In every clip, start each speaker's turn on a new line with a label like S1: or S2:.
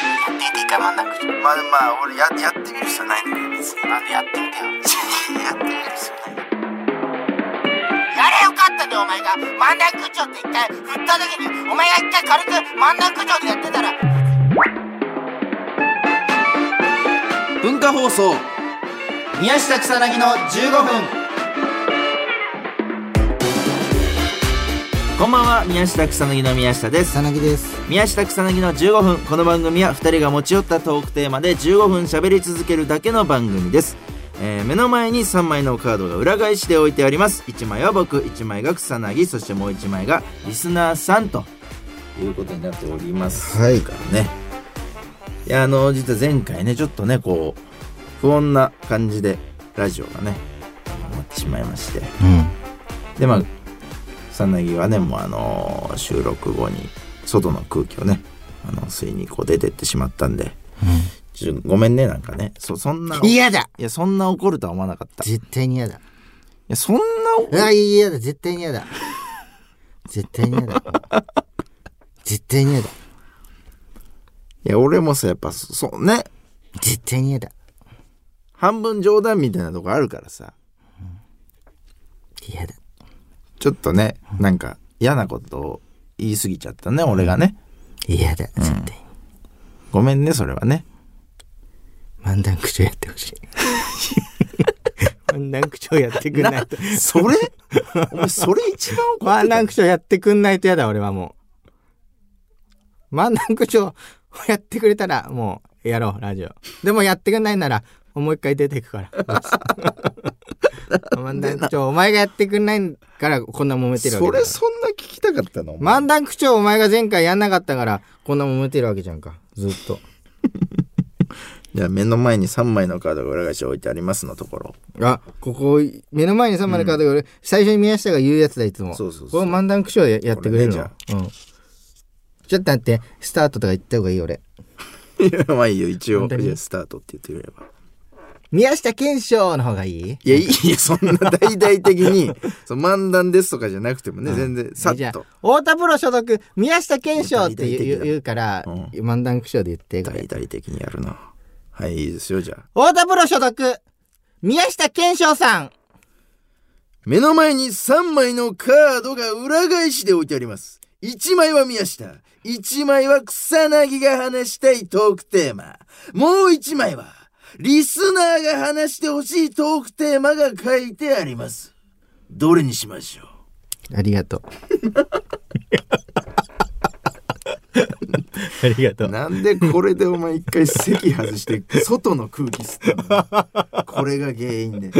S1: 一回もなくて
S2: まあでもまあ俺ややってみる必要ないんだけど別に
S1: なんでやってみてよ
S2: やってみる必要ない
S1: やれよかったでお前が漫談口調って一回振った時にお前が一回軽く漫談口調でやってたら
S3: 文化放送宮下草薙の15分こんばんは宮下草薙の宮下です
S4: 草薙です
S3: 宮下草薙の15分この番組は2人が持ち寄ったトークテーマで15分喋り続けるだけの番組です、えー目の前に3枚のカードが裏返しで置いてあります1枚は僕1枚が草薙そしてもう1枚がリスナーさんということになっております
S4: はい
S3: からねいやあの実は前回ねちょっとねこう不穏な感じでラジオがね終わってしまいまして
S4: うん
S3: でまあ草薙はねもうあのー収録後に外の空気をねあの吸いにこう出てってしまったんで、ちょごめんねなんかねそそんなや
S4: 嫌だ
S3: いやそんな怒るとは思わなかったい
S4: 絶対に嫌だ
S3: やそんな
S4: うわ嫌だ絶対に嫌だ絶対に嫌だ絶対に嫌だ
S3: いや俺もさやっぱそそうね
S4: 絶対に嫌だ
S3: 半分冗談みたいなとこあるからさ
S4: 嫌だ
S3: ちょっとねなんか嫌なことを言い過ぎちゃったね俺がね
S4: 嫌だ絶対に、
S3: ごめんねそれはね
S4: 漫談口調やってほしい 漫談口調やってくんないと
S3: それ お前それ一番怒って
S4: 漫
S3: た
S4: 談口調やってくんないと嫌だ俺はもう漫談口調をやってくれたらもうやろうラジオでもやってくんないならもう一回出ていく から漫談口調お前がやってくんないからこんな揉めてる
S3: そ
S4: わけだか
S3: れ
S4: ら
S3: そんな聞きたかったのお前
S4: 漫談口調お前が前回やんなかったからこんな揉めてるわけじゃんかずっと
S3: じゃあ目の前に3枚のカードが裏返し置いてありますのところ。
S4: あここ目の前に3枚のカードが俺、最初に宮下が言うやつだいつも
S3: そうそうそう
S4: これ漫談口調ややってくれるの
S3: こ
S4: うん、ちょっと待ってスタートとか言った方がいい俺
S3: いや、まあいいよ、一応、
S4: 本
S3: じ
S4: 当
S3: ゃ
S4: に
S3: あスタートって言ってくれれば。
S4: 宮下賢章の方がいい
S3: いや、いいよ、そんな大々的 に、その漫談ですとかじゃなくてもね、全然、さっ
S4: じゃあ
S3: と。
S4: 太田プロ所属宮下賢章って
S3: 大々的
S4: 言う
S3: だ
S4: 言うから、
S3: うん
S4: 漫談口調で言ってこ
S3: 大
S4: れ
S3: 々的にやるな。はい、いいですよ、じゃあ。
S4: 太田プロ所属宮下賢章さん
S3: 目の前に3枚のカードが裏返しで置いてあります。1枚は宮下、1枚は草薙が話したいトークテーマ、もう1枚はリスナーが話してほしいトークテーマが書いてあります。どれにしましょう
S4: ありがとう ありがと
S3: なんでこれでお前一回席外して外の空気吸ったの これが原因 で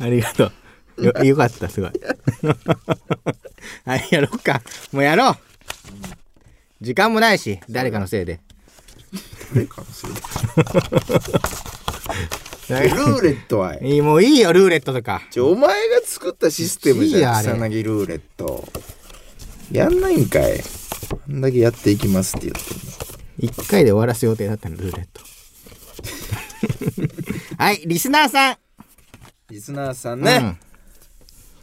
S4: ありがとう。よ、よかった、すごい。 はい、やろうか。もうやろう。時間もないし、誰かのせいで。
S3: ルーレットはい
S4: いもういいよ、ルーレットとか。
S3: ちょお前が作ったシステムじゃん
S4: いい
S3: 草
S4: やあれ
S3: 薙ルーレットやんないんかいあんだけやっていきますって言ってんの
S4: 一回で終わらす予定だったの、ルーレット。 はい、リスナーさん。
S3: リスナーさんね、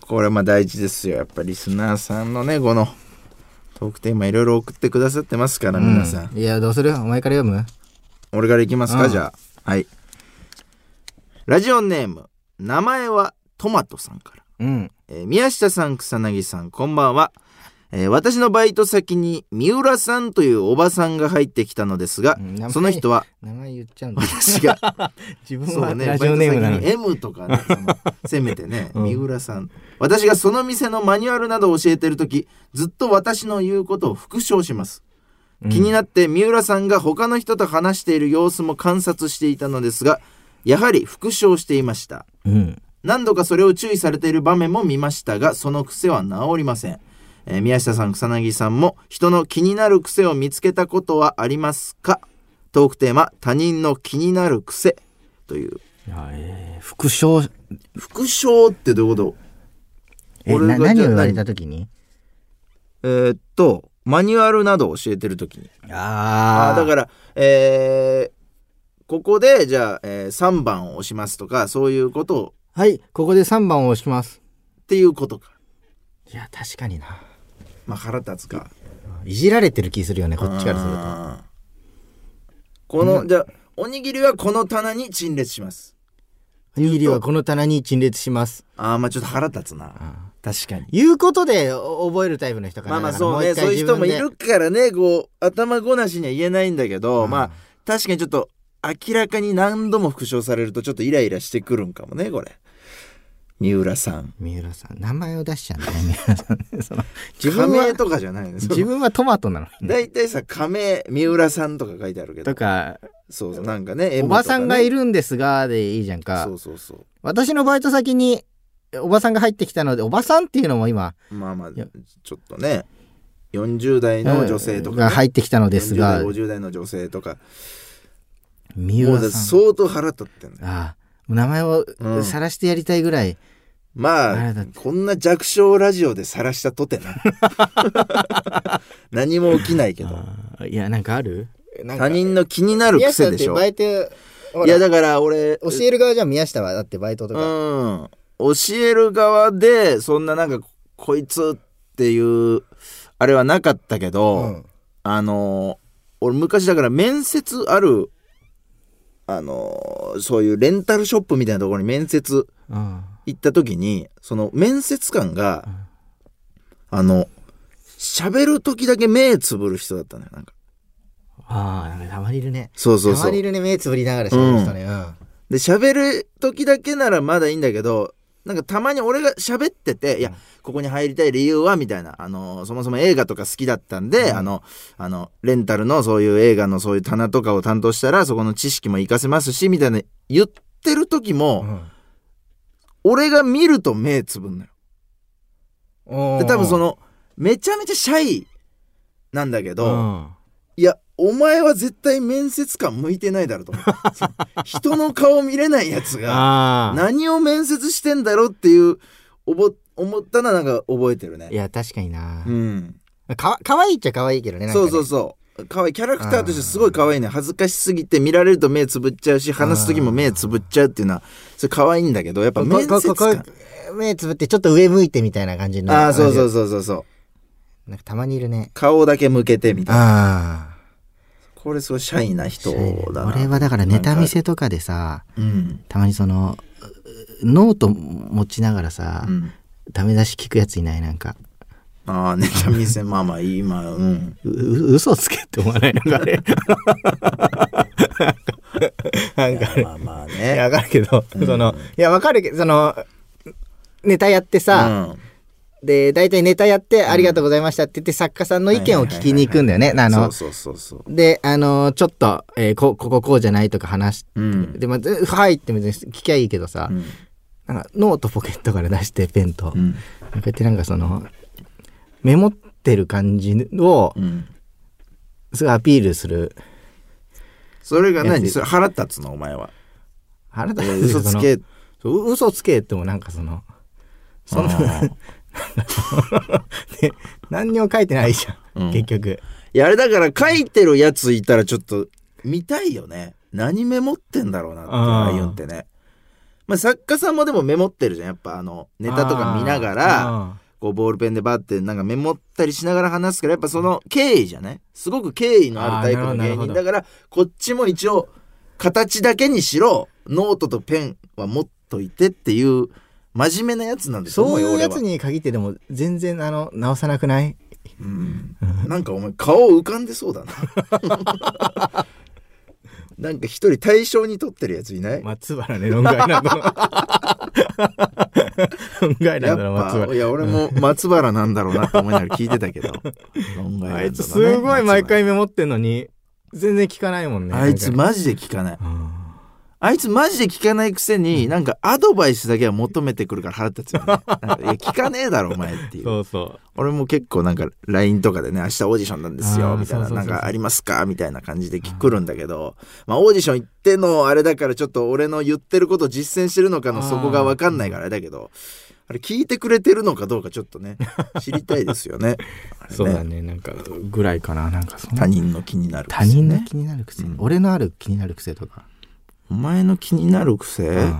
S3: これまあ大事ですよやっぱリスナーさんのねこのトークテーマいろいろ送ってくださってますから
S4: うん。
S3: 皆さん、
S4: いや、どうするお前から読む
S3: 俺からいきますか、
S4: うん
S3: じゃあはいラジオネーム名前はトマトさんから、
S4: うん。
S3: えー宮下さん草薙さんこんばんは、えー私のバイト先に三浦さんというおばさんが入ってきたのですが、
S4: うん名前
S3: その人は
S4: 名前言っちゃ うんだ。
S3: 私が
S4: 自分
S3: そ
S4: は
S3: うね
S4: ラジオネームなの
S3: バイト先
S4: に。
S3: に M とかねそのせめてね、
S4: うん
S3: 三浦さん私がその店のマニュアルなどを教えてる時ずっと私の言うことを復唱します気になって三浦さんが他の人と話している様子も観察していたのですがやはり復唱していました
S4: うん。
S3: 何度かそれを注意されている場面も見ましたがその癖は治りません、えー宮下さん草薙さんも人の気になる癖を見つけたことはありますかトークテーマ「他人の気になる癖」という
S4: いやえー副賞、
S3: 復唱ってどういうこと
S4: え、
S3: 俺が
S4: な
S3: じゃあ
S4: 何を言われたときに
S3: えーっとマニュアルなどを教えてる時にあ
S4: あ
S3: ーだから、えーここでじゃあ、えー3番を押しますとかそういうことを
S4: はい、ここで3番を押します。
S3: っていうことか
S4: いや、確かにな。
S3: まあ腹立つか
S4: いじられてる気するよね、こっちからすると。
S3: あーこの、じゃあおにぎりはこの棚に陳列します
S4: おにぎりはこの棚に陳列します。
S3: あーまあちょっと腹立つな確かに
S4: いうことでお覚えるタイプの人かな。
S3: まあまあ
S4: だから
S3: そうね
S4: 一回
S3: そういう人
S4: 自
S3: も
S4: 分
S3: い
S4: で
S3: るからねこう頭ごなしには言えないんだけど、
S4: うん
S3: まあ確かにちょっと明らかに何度も復唱されるとちょっとイライラしてくるんかもねこれ三浦さん
S4: 三浦さん名前を出しちゃうんだね三浦さんね その自
S3: 仮
S4: 分は
S3: 名とかじゃないね
S4: 自分はトマトなのにね
S3: 大体さ仮名三浦さんとか書いてあるけど
S4: とか
S3: そうそうなんかね
S4: おばさんがい
S3: る
S4: るんですがでいいじゃんか
S3: そうそうそ
S4: 私のバイト先におばさんが入ってきたのでおばさんっていうのも今
S3: うまあまあ
S4: いや
S3: ちょっとね40代の女性と
S4: うん
S3: か、ね
S4: が入ってきたのですが
S3: 40代50代の女性とか
S4: 三
S3: もうだ
S4: 浦
S3: って
S4: さん
S3: 相当腹立ってんだよ
S4: ああ名前を
S3: うん
S4: 晒してやりたいぐらい、あ
S3: ま
S4: れ
S3: あ
S4: だっ
S3: こんな弱小ラジオで晒したとて な何も起きないけど
S4: ああいやなんかあるなんか
S3: 他人の気になる
S4: 宮
S3: 癖
S4: 下だっ
S3: で
S4: て
S3: しょ
S4: バイトほら
S3: いやだから俺
S4: 教える側じゃん宮下はだってバイトとか、
S3: うん教える側でそんななんかこいつっていうあれはなかったけど、
S4: うん
S3: あの俺昔だから面接あるあのそういうレンタルショップみたいなところに面接
S4: うん
S3: 行った時にその面接官が、あの喋る時だけ目つぶる人だったのよなんか
S4: ああなんかたまにいるね
S3: そうそう
S4: た
S3: そ
S4: ま
S3: う
S4: にい
S3: で
S4: るね目つぶりながら喋る人ね、うん
S3: 喋る時だけならまだいいんだけどなんかたまに俺が喋ってて「いやここに入りたい理由は」みたいなあのそもそも映画とか好きだったんで、あのあのレンタルのそういう映画のそういう棚とかを担当したらそこの知識も活かせますしみたいな言ってる時も、俺が見ると目つぶんのよ。
S4: うん、
S3: で多分そ
S4: の
S3: のめちゃめちゃシャイなんだけど、
S4: うん
S3: いやお前は絶対面接官向いてないだろうと思ってその人の顔見れないやつが
S4: ああ
S3: 何を面接してんだろうっていうおぼ思ったのはなんか覚えてるね
S4: いや確かにな、
S3: うん
S4: かかわいいっちゃかわいいけどねなんか
S3: そ
S4: ね
S3: うそうそう可愛いキャラクターとしてすごい可愛いね恥ずかしすぎて見られると目つぶっちゃうし話す時も目つぶっちゃうっていうのはそれ可愛いんだけどやっぱ
S4: こ
S3: 面接
S4: ここ
S3: 官
S4: こ目つぶってちょっと上向いてみたいな感じの
S3: ああそうそうそうそうそう
S4: なんかたまにいるね
S3: 顔だけ向けてみたいな
S4: あ
S3: これすごいシャイな人だな
S4: 俺はだからネタ見せとかでさ
S3: うん
S4: たまにそのうノート持ちながらさ、
S3: うん
S4: ダメ出し聞くやついないなんか
S3: ああ、ネタ見せ、まあまあ、今、 うん。
S4: うう嘘つけって思わないなんか あれなんかあれ
S3: まあまあ
S4: いや
S3: ね。
S4: わかるけど、そのいやわかるけどそのネタやってさ、
S3: うん
S4: で大体ネタやって「ありがとうございました」って言って作家さんの意見を聞きに行くんだよね。あの
S3: そうそうそうそう。
S4: であのちょっと、えーここここうじゃないとか話して、
S3: うん
S4: でまず「はい」って別に聞きゃいいけどさ、
S3: うん
S4: なんかノートポケットから出してペンと、
S3: う
S4: こ
S3: ん。
S4: うやってなんかそのメモってる感じを
S3: うん。
S4: すごいアピールする
S3: それが
S4: や
S3: 何
S4: つ
S3: それ腹立つの、お前は。
S4: 腹立つ
S3: 嘘つけ。
S4: そのう嘘つけってもなんかそのそんなで何にも書いてないじゃん、
S3: うん
S4: 結局
S3: いや、あれだから書いてるやついたらちょっと見たいよね。何メモってんだろうなって、
S4: あ
S3: あ
S4: ー
S3: あいうんってね。まあ、作家さんもでもメモってるじゃん。やっぱ、あの、ネタとか見ながら、
S4: あー
S3: こうボールペンでバッてなんかメモったりしながら話すからやっぱその敬意じゃないすごく敬意のあるタイプ
S4: あ
S3: の
S4: ーなる
S3: 芸
S4: ほ
S3: 人
S4: ど
S3: だからこっちも一応形だけにしろノートとペンは持っといてっていう真面目なやつなんです
S4: そういうや
S3: 俺
S4: つ
S3: は、
S4: に限ってでも全然あの直さなくない
S3: うん、 なんかお前顔浮かんでそうだな なんか一人対象に取ってるやついない、
S4: 松原ね論外な んだ
S3: や
S4: 論外な
S3: っ
S4: んだろ松
S3: ぱ
S4: 原
S3: いや俺 も松原なんだろうなって思いながら聞いてたけど論外なんだろうな
S4: あいつすごい毎回メモってんのに全然聞かないもんね
S3: あいつ
S4: なんか
S3: マジで聞かない
S4: うん
S3: あいつマジで聞かないくせに、なんかアドバイスだけは求めてくるから腹立つよね。なんかいや、聞かねえだろ、お前っていう。
S4: そうそう
S3: 俺も結構なんか LINE とかでね、明日オーディションなんです
S4: あ
S3: よ、
S4: ー
S3: みたいな、
S4: そうそう
S3: な
S4: そ
S3: ん
S4: うそう
S3: かありますかみたいな感じで聞くるんだけど、まあオーディション行ってのあれだからちょっと俺の言ってることを実践してるのかのそこがわかんないからあれだけど、あれ聞いてくれてるのかどうかちょっと ね、知りたいですよね。あれね
S4: そうだねなんかぐらいかななんかそんな
S3: 他人の気になる癖
S4: 他
S3: ね
S4: 人の気になる癖、
S3: うん
S4: 俺のある気になる癖とか、
S3: お前の気になる癖、
S4: うん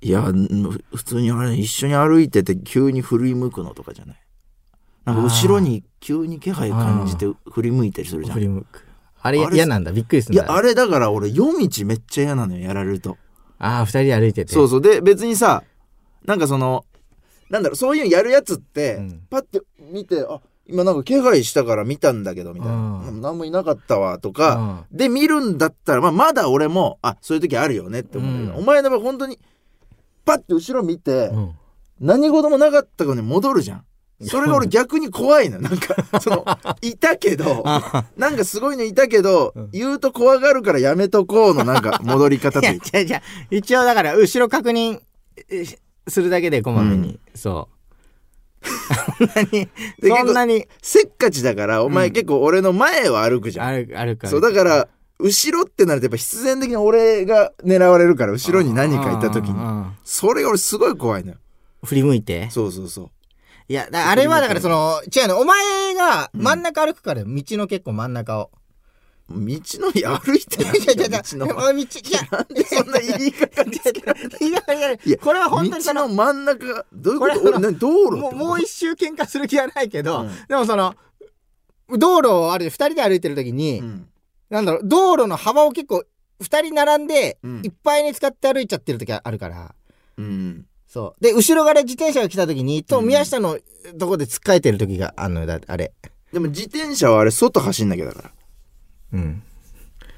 S3: いや、ん普通にあれ、一緒に歩いてて急に振り向くのとかじゃない。なんか後ろに急に気配感じて振り向いたりするじゃ
S4: 振
S3: ん。
S4: り向くあれ
S3: あれ
S4: 嫌なんだ。びっくりす
S3: い
S4: る
S3: や
S4: ん、だ。
S3: あれだから俺、夜道めっちゃ嫌なのよ、やられると。
S4: ああ、二人で歩いてて。
S3: そうそう。で、別にさ、なんかその、なんだろう、そういうのやるやつって、
S4: うん
S3: パッて見て、あ、今なんか気配したから見たんだけど、みたいな。
S4: うん
S3: でも何もいなかったわ、と
S4: う
S3: か、
S4: ん
S3: で、見るんだったら、まあ、まだ俺も、あ、そういう時あるよねって思うんだけど、
S4: うん
S3: お前の場合本当に、パッて後ろ見て、
S4: うん。
S3: 何事もなかったことに戻るじゃん。それが俺逆に怖いのよ。なんか、その、 いたけど、
S4: あ
S3: なんかすごいのいたけど、
S4: うん
S3: 言うと怖がるからやめとこうの、なんか戻り方
S4: あ。い
S3: と
S4: や、
S3: いう
S4: 違
S3: か。
S4: う違う。一応だから、後ろ確認えするだけで、こまめに。 そう。そんなに、
S3: で結構
S4: そんなに、
S3: せっかちだから、お前
S4: うん
S3: 結構俺の前を歩くじゃん。
S4: 歩く、歩く。
S3: そう、だから、後ろってなるとやっぱ必然的に俺が狙われるから、後ろに何かいた時
S4: うんう
S3: に。
S4: んうん
S3: それが俺すごい怖いのよ。
S4: 振り向いて。
S3: そうそうそう。
S4: いや、だあれはだからその、違うの、お前が真ん中歩くから、道の結構真ん中を。
S3: 道のり歩いてない
S4: いやい
S3: よ
S4: やい
S3: 道
S4: や、
S3: の。
S4: お前道、いや、
S3: なんでそんな言い方
S4: いやいやい
S3: い
S4: や
S3: や
S4: これは本当にそ
S3: 道
S4: の
S3: の真ん中、どういうこ
S4: これあ
S3: と
S4: の
S3: 俺何道路
S4: も
S3: っ
S4: う
S3: て
S4: もう
S3: 一
S4: 一周喧嘩する気はないけど、
S3: うん
S4: でもその道路をある二人で歩いてる時に、
S3: うん。
S4: なんだろう道路の幅を結構二人並んで、
S3: うん
S4: いっぱいに使って歩いちゃってる時あるから
S3: うん。
S4: そうで後ろから自転車が来た時にと
S3: うん
S4: 宮下のとこでつっかえてる時があるのよだあれ
S3: でも自転車はあれ外走んなきゃだから。
S4: うん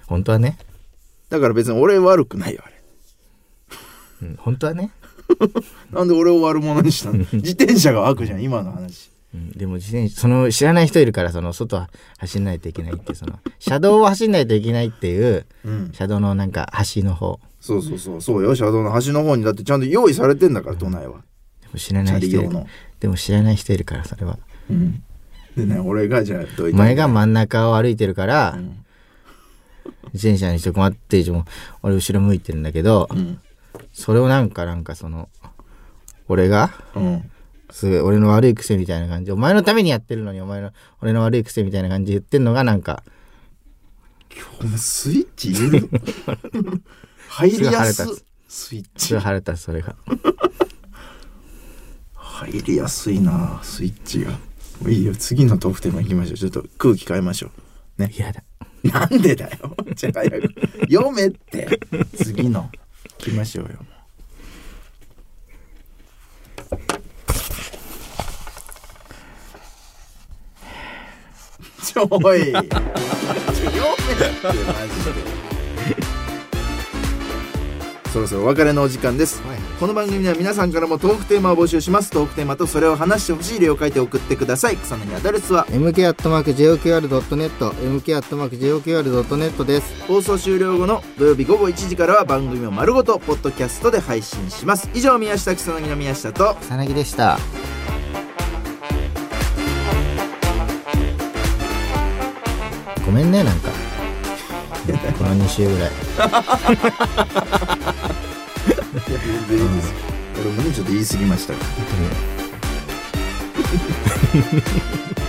S4: 本当はね、
S3: だから別に俺悪くないよ、あれ。
S4: うん、本当はね、
S3: なんで俺を悪者にした の自転車が悪じゃん、今の話。
S4: うん、でも自転車その知らない人いるからその外は走んないといけないっていうその車道を走んないといけないっていう
S3: うん。
S4: 車道のなんか端の方
S3: そうそうそう、そうよ、車道の端の方にだってちゃんと用意されてんだから、都内は。
S4: でも知ら
S3: チ
S4: な
S3: ャリ
S4: い人いる
S3: 用の。
S4: でも知らない人いるからそれは
S3: うん。でね、俺がじゃあ、どうい
S4: お
S3: た
S4: 前が真ん中を歩いてるから、
S3: ん
S4: 自転車に人困っても俺後ろ向いてるんだけど、
S3: うん。
S4: それをなんかなんかその俺が
S3: うん。
S4: すごい俺の悪い癖みたいな感じお前のためにやってるのにお前の俺の悪い癖みたいな感じで言ってんのがなんか
S3: お前スイッチ入 れる入りやす
S4: すごい腹立。
S3: スイッ
S4: す
S3: チ
S4: ごい。腹立つそれが
S3: 入りやすいなスイッチが。もういいよ、次のトークテーマ行きましょう。ちょっと空気変えましょ
S4: 嫌だ
S3: う。 なんでだよ。じゃあ早く。読めって。次の。行きましょうよ。ちょい。ちょ、読めって、マジで。そろそろお別れのお時間です。この番組では皆さんからもトークテーマを募集しますトークテーマとそれを話してほしい例を書いて送ってください草薙アドレスは
S4: mk.joqr.net mk.joqr.net です
S3: 放送終了後の土曜日午後1時からは番組を丸ごとポッドキャストで配信します以上宮下草薙の宮下と
S4: 草薙でしたごめんねなんかこの2週ぐらい
S3: いや全然いいです俺もねちょっと言い過ぎました
S4: 本当に